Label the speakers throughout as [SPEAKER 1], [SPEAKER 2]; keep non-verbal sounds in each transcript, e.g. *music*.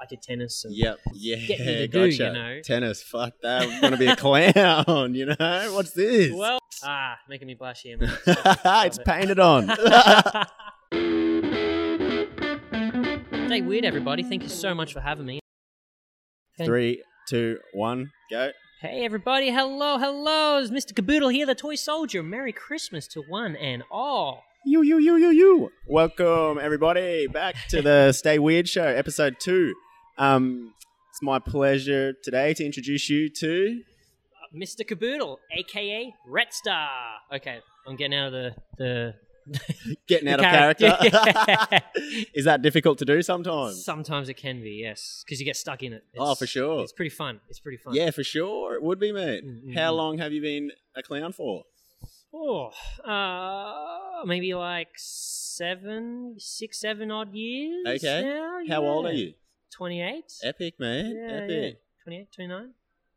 [SPEAKER 1] I did tennis. And
[SPEAKER 2] Yep. Yeah.
[SPEAKER 1] get you to do,
[SPEAKER 2] gotcha.
[SPEAKER 1] you know.
[SPEAKER 2] Tennis. Fuck that. I'm gonna be a clown. You know. What's this?
[SPEAKER 1] Well, ah, making me blush here, man.
[SPEAKER 2] *laughs* it's
[SPEAKER 1] *laughs*
[SPEAKER 2] painted on. *laughs*
[SPEAKER 1] Stay weird, everybody. Thank you so much for having me. Thank-
[SPEAKER 2] Three, two, one, go.
[SPEAKER 1] Hey, everybody. Hello, hello. It's Mr. Caboodle here, the toy soldier. Merry Christmas to one and all.
[SPEAKER 2] You, you, you, you, you. Welcome everybody back to
[SPEAKER 1] *laughs*
[SPEAKER 2] the Stay Weird Show, episode two. Um, it's my pleasure today to introduce you to.
[SPEAKER 1] Mr. Uh, Caboodle, aka Red Star. Okay, I'm getting out of the. the
[SPEAKER 2] Getting
[SPEAKER 1] The
[SPEAKER 2] out of
[SPEAKER 1] character. *laughs*
[SPEAKER 2] character. *laughs* Is that difficult to do sometimes?
[SPEAKER 1] Sometimes it can be, yes, because you get stuck in it.
[SPEAKER 2] Oh, for sure.
[SPEAKER 1] It's pretty fun. It's pretty fun.
[SPEAKER 2] Yeah, for sure. It would be, mate.
[SPEAKER 1] Mm, mm,
[SPEAKER 2] How
[SPEAKER 1] mm.
[SPEAKER 2] long have you been a clown for?
[SPEAKER 1] Oh, uh, maybe like seven, six, seven odd years.
[SPEAKER 2] Okay.
[SPEAKER 1] now,
[SPEAKER 2] How old are
[SPEAKER 1] yeah.
[SPEAKER 2] you?
[SPEAKER 1] 28.
[SPEAKER 2] Epic, man.
[SPEAKER 1] Yeah,
[SPEAKER 2] Epic.
[SPEAKER 1] yeah. 28, 29?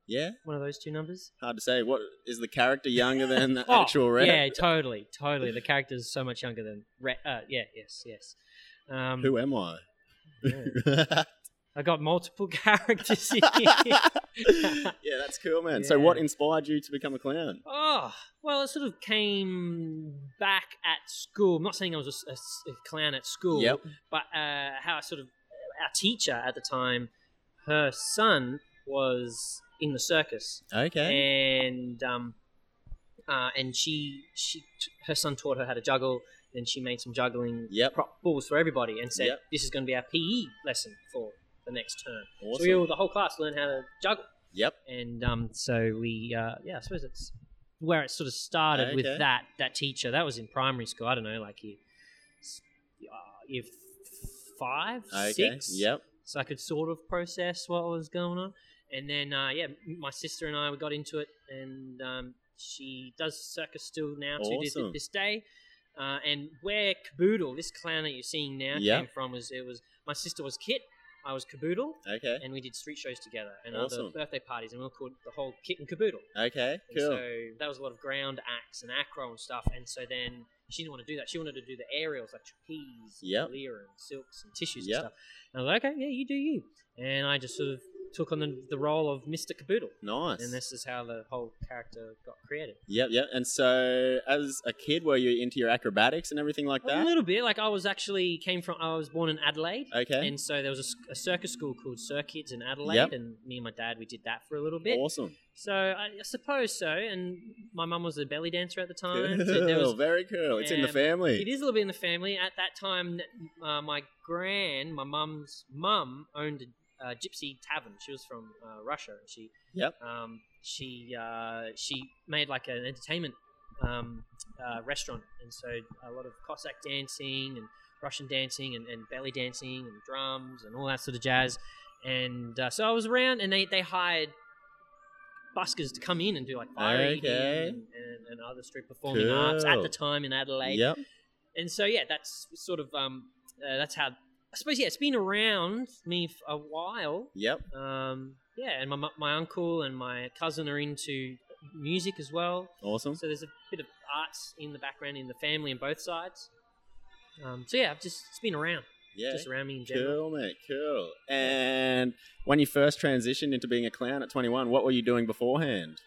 [SPEAKER 2] Yeah.
[SPEAKER 1] One of those two numbers.
[SPEAKER 2] Hard to say. What is the character younger than the
[SPEAKER 1] *laughs* Oh,
[SPEAKER 2] actual rep?
[SPEAKER 1] Yeah, totally, totally. The character's so much younger than. Re- uh, yeah, yes, yes. Um,
[SPEAKER 2] Who
[SPEAKER 1] *laughs*
[SPEAKER 2] am I? *laughs*
[SPEAKER 1] yeah. I got multiple *laughs* characters
[SPEAKER 2] *laughs*
[SPEAKER 1] here.
[SPEAKER 2] yeah, that's cool, man. So, what
[SPEAKER 1] Yeah.
[SPEAKER 2] inspired you to become a clown?
[SPEAKER 1] Oh, well, it sort of came back at school. I'm not saying I was a s- a, s- a clown at school,
[SPEAKER 2] Yep.
[SPEAKER 1] but uh, how I sort of our teacher at the time, her son was in the circus,
[SPEAKER 2] Okay.
[SPEAKER 1] and um, uh, and she she t- her son taught her how to juggle, and she made some juggling
[SPEAKER 2] Yep.
[SPEAKER 1] prop balls for everybody, and said
[SPEAKER 2] Yep.
[SPEAKER 1] this is going to be our PE lesson for the next term. So
[SPEAKER 2] Awesome.
[SPEAKER 1] we all the whole class learned how to juggle
[SPEAKER 2] Yep.
[SPEAKER 1] and um, so we uh, yeah i suppose it's where it sort of started
[SPEAKER 2] Okay.
[SPEAKER 1] with that that teacher that was in primary school i don't know like year, s- uh, year f- five
[SPEAKER 2] Okay.
[SPEAKER 1] six
[SPEAKER 2] Yep.
[SPEAKER 1] so i could sort of process what was going on and then uh, yeah m- my sister and i we got into it and um, she does circus still now to this,
[SPEAKER 2] Awesome.
[SPEAKER 1] this day uh, and where caboodle this clown that you're seeing now
[SPEAKER 2] Yeah.
[SPEAKER 1] came from was it was my sister was kit i was caboodle
[SPEAKER 2] Okay.
[SPEAKER 1] and we did street shows together and
[SPEAKER 2] Awesome.
[SPEAKER 1] other birthday parties, and we were called the whole kit and caboodle.
[SPEAKER 2] Okay.
[SPEAKER 1] And
[SPEAKER 2] Cool.
[SPEAKER 1] So that was a lot of ground acts and acro and stuff. And so then she didn't want to do that. She wanted to do the aerials like trapeze,
[SPEAKER 2] Yep.
[SPEAKER 1] and Lear, and silks and tissues
[SPEAKER 2] Yep.
[SPEAKER 1] and stuff. And I was like, okay, yeah, you do you. And I just sort of took on the, the role of Mr. Caboodle.
[SPEAKER 2] nice.
[SPEAKER 1] And this is how the whole character got created.
[SPEAKER 2] Yep. Yep. And so, as a kid, were you into your acrobatics and everything like
[SPEAKER 1] A
[SPEAKER 2] that?
[SPEAKER 1] little bit. Like I was actually came from. I was born in Adelaide.
[SPEAKER 2] Okay.
[SPEAKER 1] And so there was a s- a, circus school called Circuits in Adelaide,
[SPEAKER 2] Yep.
[SPEAKER 1] and me and my dad we did that for a little bit.
[SPEAKER 2] Awesome.
[SPEAKER 1] So I, I suppose so. And my mum was a belly dancer at the time. So *laughs*
[SPEAKER 2] *laughs*
[SPEAKER 1] there
[SPEAKER 2] Cool.
[SPEAKER 1] was,
[SPEAKER 2] Very cool. It's in the
[SPEAKER 1] Um,
[SPEAKER 2] family.
[SPEAKER 1] it is a little bit in the family. At that time, uh, my gran, my mum's mum, owned a uh, gypsy tavern. She was from uh, Russia. and She
[SPEAKER 2] Yep.
[SPEAKER 1] um, she uh, she made like an entertainment um, uh, restaurant, and so a lot of Cossack dancing and Russian dancing and, and belly dancing and drums and all that sort of jazz. And uh, so I was around, and they, they hired buskers to come in and do like fire eating
[SPEAKER 2] Okay.
[SPEAKER 1] and, and, and other street performing arts at
[SPEAKER 2] Cool.
[SPEAKER 1] the time in Adelaide.
[SPEAKER 2] Yep.
[SPEAKER 1] And so yeah, that's sort of um, uh, that's how I suppose yeah, it's been around me for a while.
[SPEAKER 2] Yep.
[SPEAKER 1] Um, yeah, and my, mu- my uncle and my cousin are into music as well.
[SPEAKER 2] Awesome.
[SPEAKER 1] So there's a bit of arts in the background in the family on both sides. Um, so yeah, I've just it's been around,
[SPEAKER 2] Yeah.
[SPEAKER 1] just around me in general.
[SPEAKER 2] Cool, mate. Cool. And when you first transitioned into being a clown at 21, what were you doing beforehand?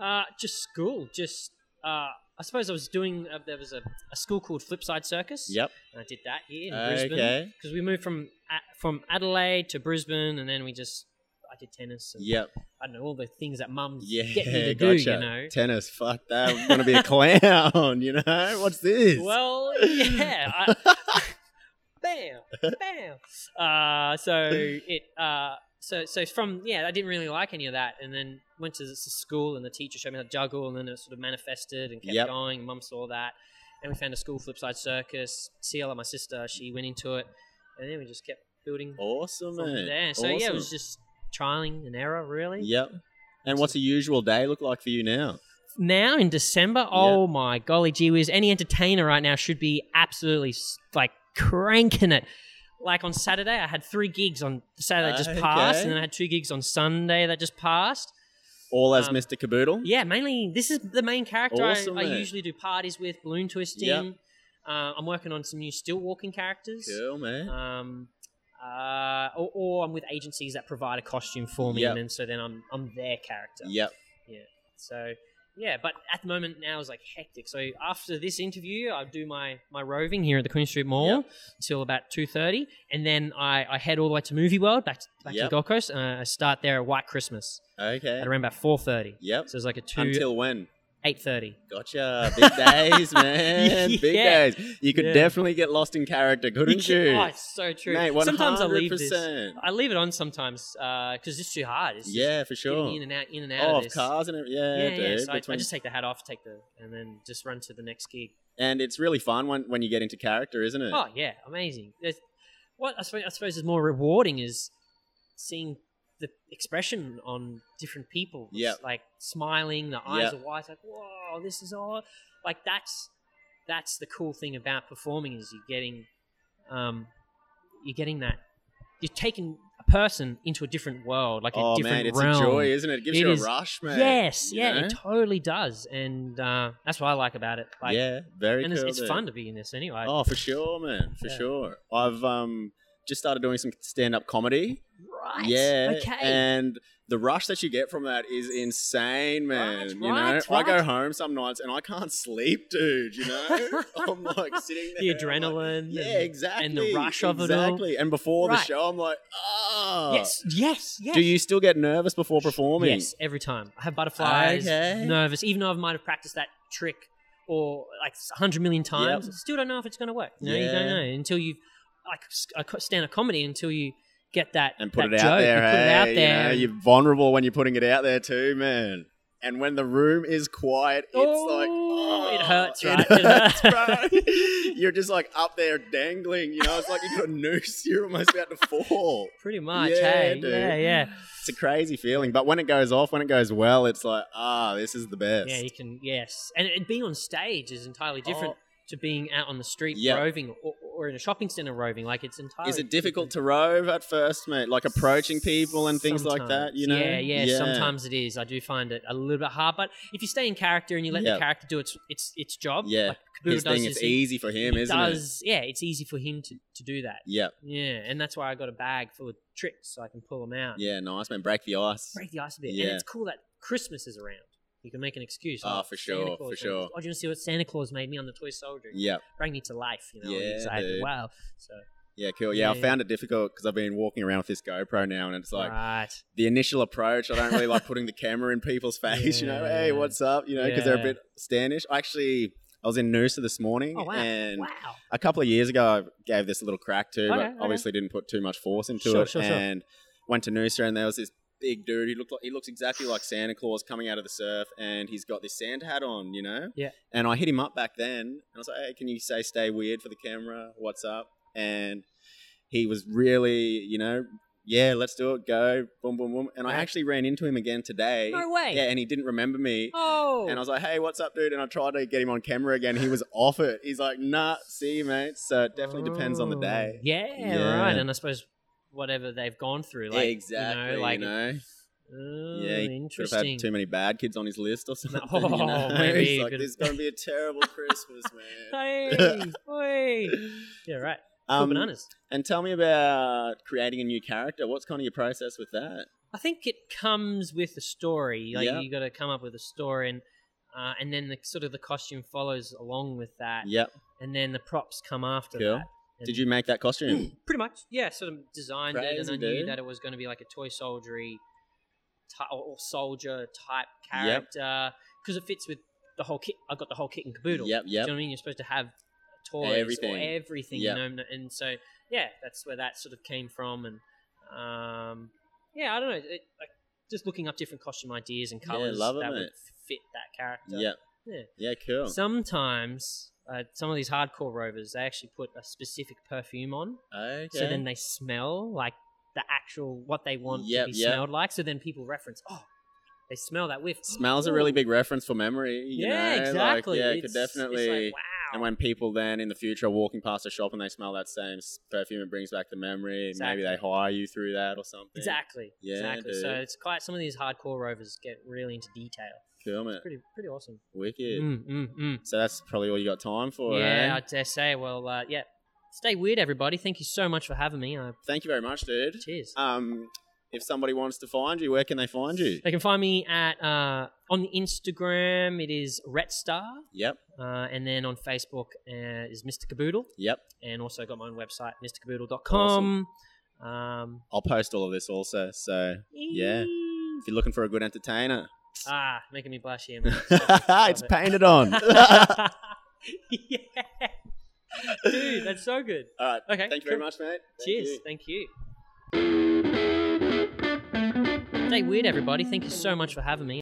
[SPEAKER 1] Uh, just school, just uh, I suppose I was doing. Uh, there was a, a school called Flipside Circus.
[SPEAKER 2] Yep.
[SPEAKER 1] and I did that here in Brisbane
[SPEAKER 2] Okay.
[SPEAKER 1] because we moved from a- from Adelaide to Brisbane, and then we just I did tennis. And, *laughs*
[SPEAKER 2] Yep.
[SPEAKER 1] I don't know all the things that mums
[SPEAKER 2] Yeah.
[SPEAKER 1] get me
[SPEAKER 2] *laughs*
[SPEAKER 1] to
[SPEAKER 2] gotcha.
[SPEAKER 1] do. You know,
[SPEAKER 2] Tennis. Fuck that. I'm gonna be a clown. *laughs* You know. What's this? *laughs*
[SPEAKER 1] Well, yeah. I, bam, bam. Uh, so it, uh, so so from yeah, I didn't really like any of that, and then went to s- school, and the teacher showed me how to juggle, and then it sort of manifested and kept
[SPEAKER 2] Yep.
[SPEAKER 1] going. Mum saw that, and we found a school flipside circus. Ciela, my sister, she went into it, and then we just kept building
[SPEAKER 2] awesome,
[SPEAKER 1] from
[SPEAKER 2] mate.
[SPEAKER 1] there. So yeah, it
[SPEAKER 2] Awesome.
[SPEAKER 1] was just trialing and error, really.
[SPEAKER 2] Yep. And what's a usual day look like for you now?
[SPEAKER 1] now in December, oh my golly gee whiz, any entertainer right now should be absolutely s- like cranking it. Like on Saturday, I had three gigs on Saturday that just passed,
[SPEAKER 2] Okay.
[SPEAKER 1] and then I had two gigs on Sunday that just passed.
[SPEAKER 2] All as
[SPEAKER 1] Um,
[SPEAKER 2] Mr. Caboodle.
[SPEAKER 1] Yeah, mainly this is the main character I-
[SPEAKER 2] Awesome,
[SPEAKER 1] I,
[SPEAKER 2] mate.
[SPEAKER 1] usually do parties with, balloon twisting.
[SPEAKER 2] Yep.
[SPEAKER 1] Uh, I'm working on some new still walking characters.
[SPEAKER 2] Cool, man.
[SPEAKER 1] Um, uh, or, or I'm with agencies that provide a costume for me,
[SPEAKER 2] Yep.
[SPEAKER 1] and then, so then I'm I'm their character.
[SPEAKER 2] Yep.
[SPEAKER 1] So yeah, but at the moment now is like hectic. So after this interview, I do my my roving here at the Queen Street Mall till about two thirty, and then I, I head all the way to Movie World back to, back to
[SPEAKER 2] Yep.
[SPEAKER 1] the Gold Coast, and I start there at White Christmas
[SPEAKER 2] Okay.
[SPEAKER 1] at around about four thirty.
[SPEAKER 2] Yep.
[SPEAKER 1] So it's like a two
[SPEAKER 2] Until when?
[SPEAKER 1] eight thirty.
[SPEAKER 2] Gotcha.
[SPEAKER 1] *laughs*
[SPEAKER 2] Big days, man. Big
[SPEAKER 1] Yeah.
[SPEAKER 2] days. You could
[SPEAKER 1] Yeah.
[SPEAKER 2] definitely get lost in character, couldn't you?
[SPEAKER 1] Oh, it's so true.
[SPEAKER 2] Mate, 100%.
[SPEAKER 1] Sometimes I leave this. I leave it on sometimes because it's too hard. It's just
[SPEAKER 2] Yeah, for
[SPEAKER 1] getting
[SPEAKER 2] sure.
[SPEAKER 1] in and out, in and out
[SPEAKER 2] Oh,
[SPEAKER 1] of
[SPEAKER 2] of
[SPEAKER 1] this.
[SPEAKER 2] cars and everything. Yeah,
[SPEAKER 1] yeah, yeah.
[SPEAKER 2] dude.
[SPEAKER 1] So I, I
[SPEAKER 2] between-
[SPEAKER 1] just take the hat off, take the, and then just run to the next gig.
[SPEAKER 2] and it's really fun when, when you get into character, isn't it?
[SPEAKER 1] Oh yeah, amazing. There's, what I suppose, I suppose is more rewarding is seeing the expression on different people. It's
[SPEAKER 2] Yeah.
[SPEAKER 1] like smiling, the eyes
[SPEAKER 2] Yeah.
[SPEAKER 1] are wide, like whoa, this is all. Like that's that's the cool thing about performing is you're getting, um, you're getting that. You're taking a person into a different world, like
[SPEAKER 2] Oh,
[SPEAKER 1] a different
[SPEAKER 2] man, it's
[SPEAKER 1] realm.
[SPEAKER 2] a joy, isn't it? It gives
[SPEAKER 1] It
[SPEAKER 2] you a
[SPEAKER 1] is-
[SPEAKER 2] rush, man.
[SPEAKER 1] Yes,
[SPEAKER 2] you
[SPEAKER 1] yeah,
[SPEAKER 2] know?
[SPEAKER 1] it totally does, and uh, that's what I like about it. Like,
[SPEAKER 2] yeah, very
[SPEAKER 1] and
[SPEAKER 2] cool.
[SPEAKER 1] it's, it's
[SPEAKER 2] dude.
[SPEAKER 1] fun to be in this anyway.
[SPEAKER 2] Oh, for sure, man. For
[SPEAKER 1] Yeah.
[SPEAKER 2] sure. I've um just started doing some stand-up comedy.
[SPEAKER 1] right?
[SPEAKER 2] Yeah.
[SPEAKER 1] Okay.
[SPEAKER 2] And the rush that you get from that is insane, man.
[SPEAKER 1] Right,
[SPEAKER 2] you know,
[SPEAKER 1] right,
[SPEAKER 2] I go
[SPEAKER 1] right.
[SPEAKER 2] home some nights and I can't sleep, dude.
[SPEAKER 1] *laughs*
[SPEAKER 2] You know, I'm like sitting
[SPEAKER 1] the
[SPEAKER 2] there. I'm like,
[SPEAKER 1] adrenaline.
[SPEAKER 2] yeah,
[SPEAKER 1] and-
[SPEAKER 2] exactly.
[SPEAKER 1] rush of it all.
[SPEAKER 2] Exactly. And before the
[SPEAKER 1] Right.
[SPEAKER 2] show, I'm like, ah.
[SPEAKER 1] Yes, yes, yes.
[SPEAKER 2] Do you still get nervous beyore performing?
[SPEAKER 1] Yes, every time. I have butterflies,
[SPEAKER 2] Okay.
[SPEAKER 1] nervous, even though I might have practiced that trick or like 100 million times,
[SPEAKER 2] Yep.
[SPEAKER 1] still don't know if it's going to work. You know, you
[SPEAKER 2] Yeah.
[SPEAKER 1] don't know until you like s- a co- stand up comedy until you get that
[SPEAKER 2] and put
[SPEAKER 1] that
[SPEAKER 2] it
[SPEAKER 1] joke
[SPEAKER 2] out there.
[SPEAKER 1] and put it
[SPEAKER 2] hey,
[SPEAKER 1] out
[SPEAKER 2] you
[SPEAKER 1] there.
[SPEAKER 2] know,
[SPEAKER 1] and-
[SPEAKER 2] you're vulnerable when you're putting it out there too, man. And when the room is quiet, it's like
[SPEAKER 1] Oh, it
[SPEAKER 2] oh,
[SPEAKER 1] hurts, right?
[SPEAKER 2] It
[SPEAKER 1] *laughs*
[SPEAKER 2] hurts, bro. *laughs* you're just like up there dangling. You know, it's like you got a noose. You're almost about to fall.
[SPEAKER 1] Pretty much,
[SPEAKER 2] Yeah,
[SPEAKER 1] hey,
[SPEAKER 2] dude.
[SPEAKER 1] yeah, yeah,
[SPEAKER 2] It's a crazy feeling. But when it goes off, when it goes well, it's like ah, this is the best.
[SPEAKER 1] yeah. You can, yes, and, and being on stage is entirely different
[SPEAKER 2] Oh.
[SPEAKER 1] to being out on the street
[SPEAKER 2] Yeah.
[SPEAKER 1] roving or, or in a shopping center roving. Like it's entirely.
[SPEAKER 2] Is it
[SPEAKER 1] different.
[SPEAKER 2] difficult to rove at first, mate? Like approaching people and things like that,
[SPEAKER 1] Sometimes.
[SPEAKER 2] you know?
[SPEAKER 1] Yeah, yeah, Sometimes it is. I do find it a little bit hard, but if you stay in character and you let
[SPEAKER 2] Yeah.
[SPEAKER 1] the character do its its its job,
[SPEAKER 2] Yeah.
[SPEAKER 1] like Kabuto
[SPEAKER 2] His
[SPEAKER 1] does
[SPEAKER 2] thing,
[SPEAKER 1] his
[SPEAKER 2] it's
[SPEAKER 1] thing,
[SPEAKER 2] easy for him,
[SPEAKER 1] he
[SPEAKER 2] isn't it?
[SPEAKER 1] does, Yeah, it's easy for him to, to do that.
[SPEAKER 2] Yeah,
[SPEAKER 1] Yeah, and that's why I got a bag full of tricks so I can pull them out.
[SPEAKER 2] yeah, nice, man. Break the ice.
[SPEAKER 1] break the ice a bit.
[SPEAKER 2] Yeah.
[SPEAKER 1] And it's cool that Christmas is around. You can make an excuse.
[SPEAKER 2] Ah,
[SPEAKER 1] Oh,
[SPEAKER 2] for
[SPEAKER 1] Santa
[SPEAKER 2] sure,
[SPEAKER 1] Claus
[SPEAKER 2] for
[SPEAKER 1] made-
[SPEAKER 2] sure.
[SPEAKER 1] Oh, do you want to see what Santa Claus made me on the toy soldier?
[SPEAKER 2] Yeah.
[SPEAKER 1] Bring me to life, you know.
[SPEAKER 2] Yeah,
[SPEAKER 1] exactly.
[SPEAKER 2] dude.
[SPEAKER 1] Wow. So
[SPEAKER 2] Yeah, cool. Yeah, I
[SPEAKER 1] Yeah.
[SPEAKER 2] found it difficult because I've been walking around with this GoPro now, and it's like
[SPEAKER 1] right.
[SPEAKER 2] the initial approach. I don't really like putting
[SPEAKER 1] *laughs*
[SPEAKER 2] the camera in people's face. you know,
[SPEAKER 1] Yeah.
[SPEAKER 2] hey, what's up? You know, because they're a
[SPEAKER 1] Yeah.
[SPEAKER 2] bit standish. I Actually, I was in Noosa this morning,
[SPEAKER 1] Oh, wow.
[SPEAKER 2] and
[SPEAKER 1] wow.
[SPEAKER 2] a couple of years ago, I gave this a little crack to, but
[SPEAKER 1] Okay, okay.
[SPEAKER 2] obviously didn't put too much force into
[SPEAKER 1] Sure,
[SPEAKER 2] it.
[SPEAKER 1] sure, sure.
[SPEAKER 2] and went to Noosa, and there was this big dude. He looked like he looks exactly like Santa Claus coming out of the surf, and he's got this sand hat on, you know.
[SPEAKER 1] Yeah.
[SPEAKER 2] And I hit him up back then, and I was like, "Hey, can you say stay weird for the camera? What's up?" And he was really, you know, yeah, let's do it, go, boom, boom, boom. And I
[SPEAKER 1] Right.
[SPEAKER 2] actually ran into him again today.
[SPEAKER 1] No way.
[SPEAKER 2] Yeah, and he didn't remember me.
[SPEAKER 1] Oh.
[SPEAKER 2] And I was like, hey, what's up, dude? And I tried to get him on camera again. He was off it. He's like, nah, see you, mate. So it definitely depends on the
[SPEAKER 1] Oh,
[SPEAKER 2] day.
[SPEAKER 1] Yeah,
[SPEAKER 2] Yeah.
[SPEAKER 1] right. And I suppose whatever they've gone through, like
[SPEAKER 2] exactly.
[SPEAKER 1] you know, like oh,
[SPEAKER 2] Yeah, he Could have
[SPEAKER 1] interesting.
[SPEAKER 2] had too many bad kids on his list or *laughs* something.
[SPEAKER 1] Oh,
[SPEAKER 2] you know?
[SPEAKER 1] *laughs* maybe
[SPEAKER 2] He's
[SPEAKER 1] he
[SPEAKER 2] like,
[SPEAKER 1] could-
[SPEAKER 2] this is going to be a
[SPEAKER 1] *laughs*
[SPEAKER 2] terrible Christmas, man.
[SPEAKER 1] Hey,
[SPEAKER 2] *laughs*
[SPEAKER 1] oi. Yeah, right. Cool
[SPEAKER 2] Um,
[SPEAKER 1] bananas.
[SPEAKER 2] and tell me about creating a new character. What's kind of your process with that?
[SPEAKER 1] I think it comes with a story. Like
[SPEAKER 2] Yeah.
[SPEAKER 1] you got to come up with a story, and uh, and then the sort of the costume follows along with that,
[SPEAKER 2] Yep.
[SPEAKER 1] and then the props come after
[SPEAKER 2] Cool.
[SPEAKER 1] that. And
[SPEAKER 2] Did you make
[SPEAKER 1] *clears throat*
[SPEAKER 2] that costume?
[SPEAKER 1] Pretty much, yeah. Sort of designed it, and
[SPEAKER 2] Crazy,
[SPEAKER 1] I knew
[SPEAKER 2] dude.
[SPEAKER 1] that it was going to be like a toy soldiery ty- or soldier type
[SPEAKER 2] Yep.
[SPEAKER 1] character because it fits with the whole kit. I've got the whole kit and caboodle.
[SPEAKER 2] Yep,
[SPEAKER 1] Do you
[SPEAKER 2] yep.
[SPEAKER 1] know what I mean? You're supposed to have toys
[SPEAKER 2] Everything.
[SPEAKER 1] or everything,
[SPEAKER 2] Yeah.
[SPEAKER 1] you know. And so, yeah, that's where that sort of came from. And um, yeah, I don't know. It, like, just looking up different costume ideas and colors
[SPEAKER 2] love it,
[SPEAKER 1] that
[SPEAKER 2] mate.
[SPEAKER 1] would fit that character.
[SPEAKER 2] Yep.
[SPEAKER 1] Yeah.
[SPEAKER 2] Yeah, cool.
[SPEAKER 1] Sometimes uh, some of these hardcore rovers they actually put a specific perfume on,
[SPEAKER 2] okay.
[SPEAKER 1] so then they smell like the actual what they want
[SPEAKER 2] Yep,
[SPEAKER 1] to be
[SPEAKER 2] yep.
[SPEAKER 1] smelled like. So then people reference, oh, they smell that whiff.
[SPEAKER 2] Smells a
[SPEAKER 1] Ooh.
[SPEAKER 2] really big reference for memory. you
[SPEAKER 1] yeah,
[SPEAKER 2] know? Like,
[SPEAKER 1] exactly.
[SPEAKER 2] yeah, it
[SPEAKER 1] It's-
[SPEAKER 2] could definitely.
[SPEAKER 1] It's like, wow.
[SPEAKER 2] And when people then in the future are walking past a shop and they smell that same s- perfume, it brings back the memory. and Maybe they
[SPEAKER 1] Exactly.
[SPEAKER 2] hire you through that or something.
[SPEAKER 1] Exactly.
[SPEAKER 2] Yeah,
[SPEAKER 1] exactly. So
[SPEAKER 2] dude.
[SPEAKER 1] it's quite some of these hardcore rovers get really into detail.
[SPEAKER 2] Cool, mate.
[SPEAKER 1] It's pretty pretty awesome.
[SPEAKER 2] Wicked.
[SPEAKER 1] Mm, mm, mm.
[SPEAKER 2] So that's probably all you got time for,
[SPEAKER 1] Yeah,
[SPEAKER 2] eh?
[SPEAKER 1] I dare say. Well, uh, yeah, Stay weird, everybody. Thank you so much for having me. I,
[SPEAKER 2] Thank you very much, dude.
[SPEAKER 1] cheers.
[SPEAKER 2] Um, if somebody wants to find you, where can they find you?
[SPEAKER 1] They can find me at uh, on Instagram. It is Retstar,
[SPEAKER 2] Yep,
[SPEAKER 1] uh, and then on Facebook uh, is Mr Caboodle,
[SPEAKER 2] yep.
[SPEAKER 1] and also got my own website, MrCaboodle.com. Um,
[SPEAKER 2] I'll post all of this also. So Yeah. if you're looking for a good entertainer, *laughs*
[SPEAKER 1] Ah, making me blush here, man.
[SPEAKER 2] it's *laughs* painted on. all
[SPEAKER 1] *laughs* yeah. Dude, that's so good.
[SPEAKER 2] right.
[SPEAKER 1] Okay.
[SPEAKER 2] Thank you very
[SPEAKER 1] cool.
[SPEAKER 2] much, mate. Thank
[SPEAKER 1] Cheers.
[SPEAKER 2] you.
[SPEAKER 1] Thank you. Stay weird, everybody. Thank you so much for having me.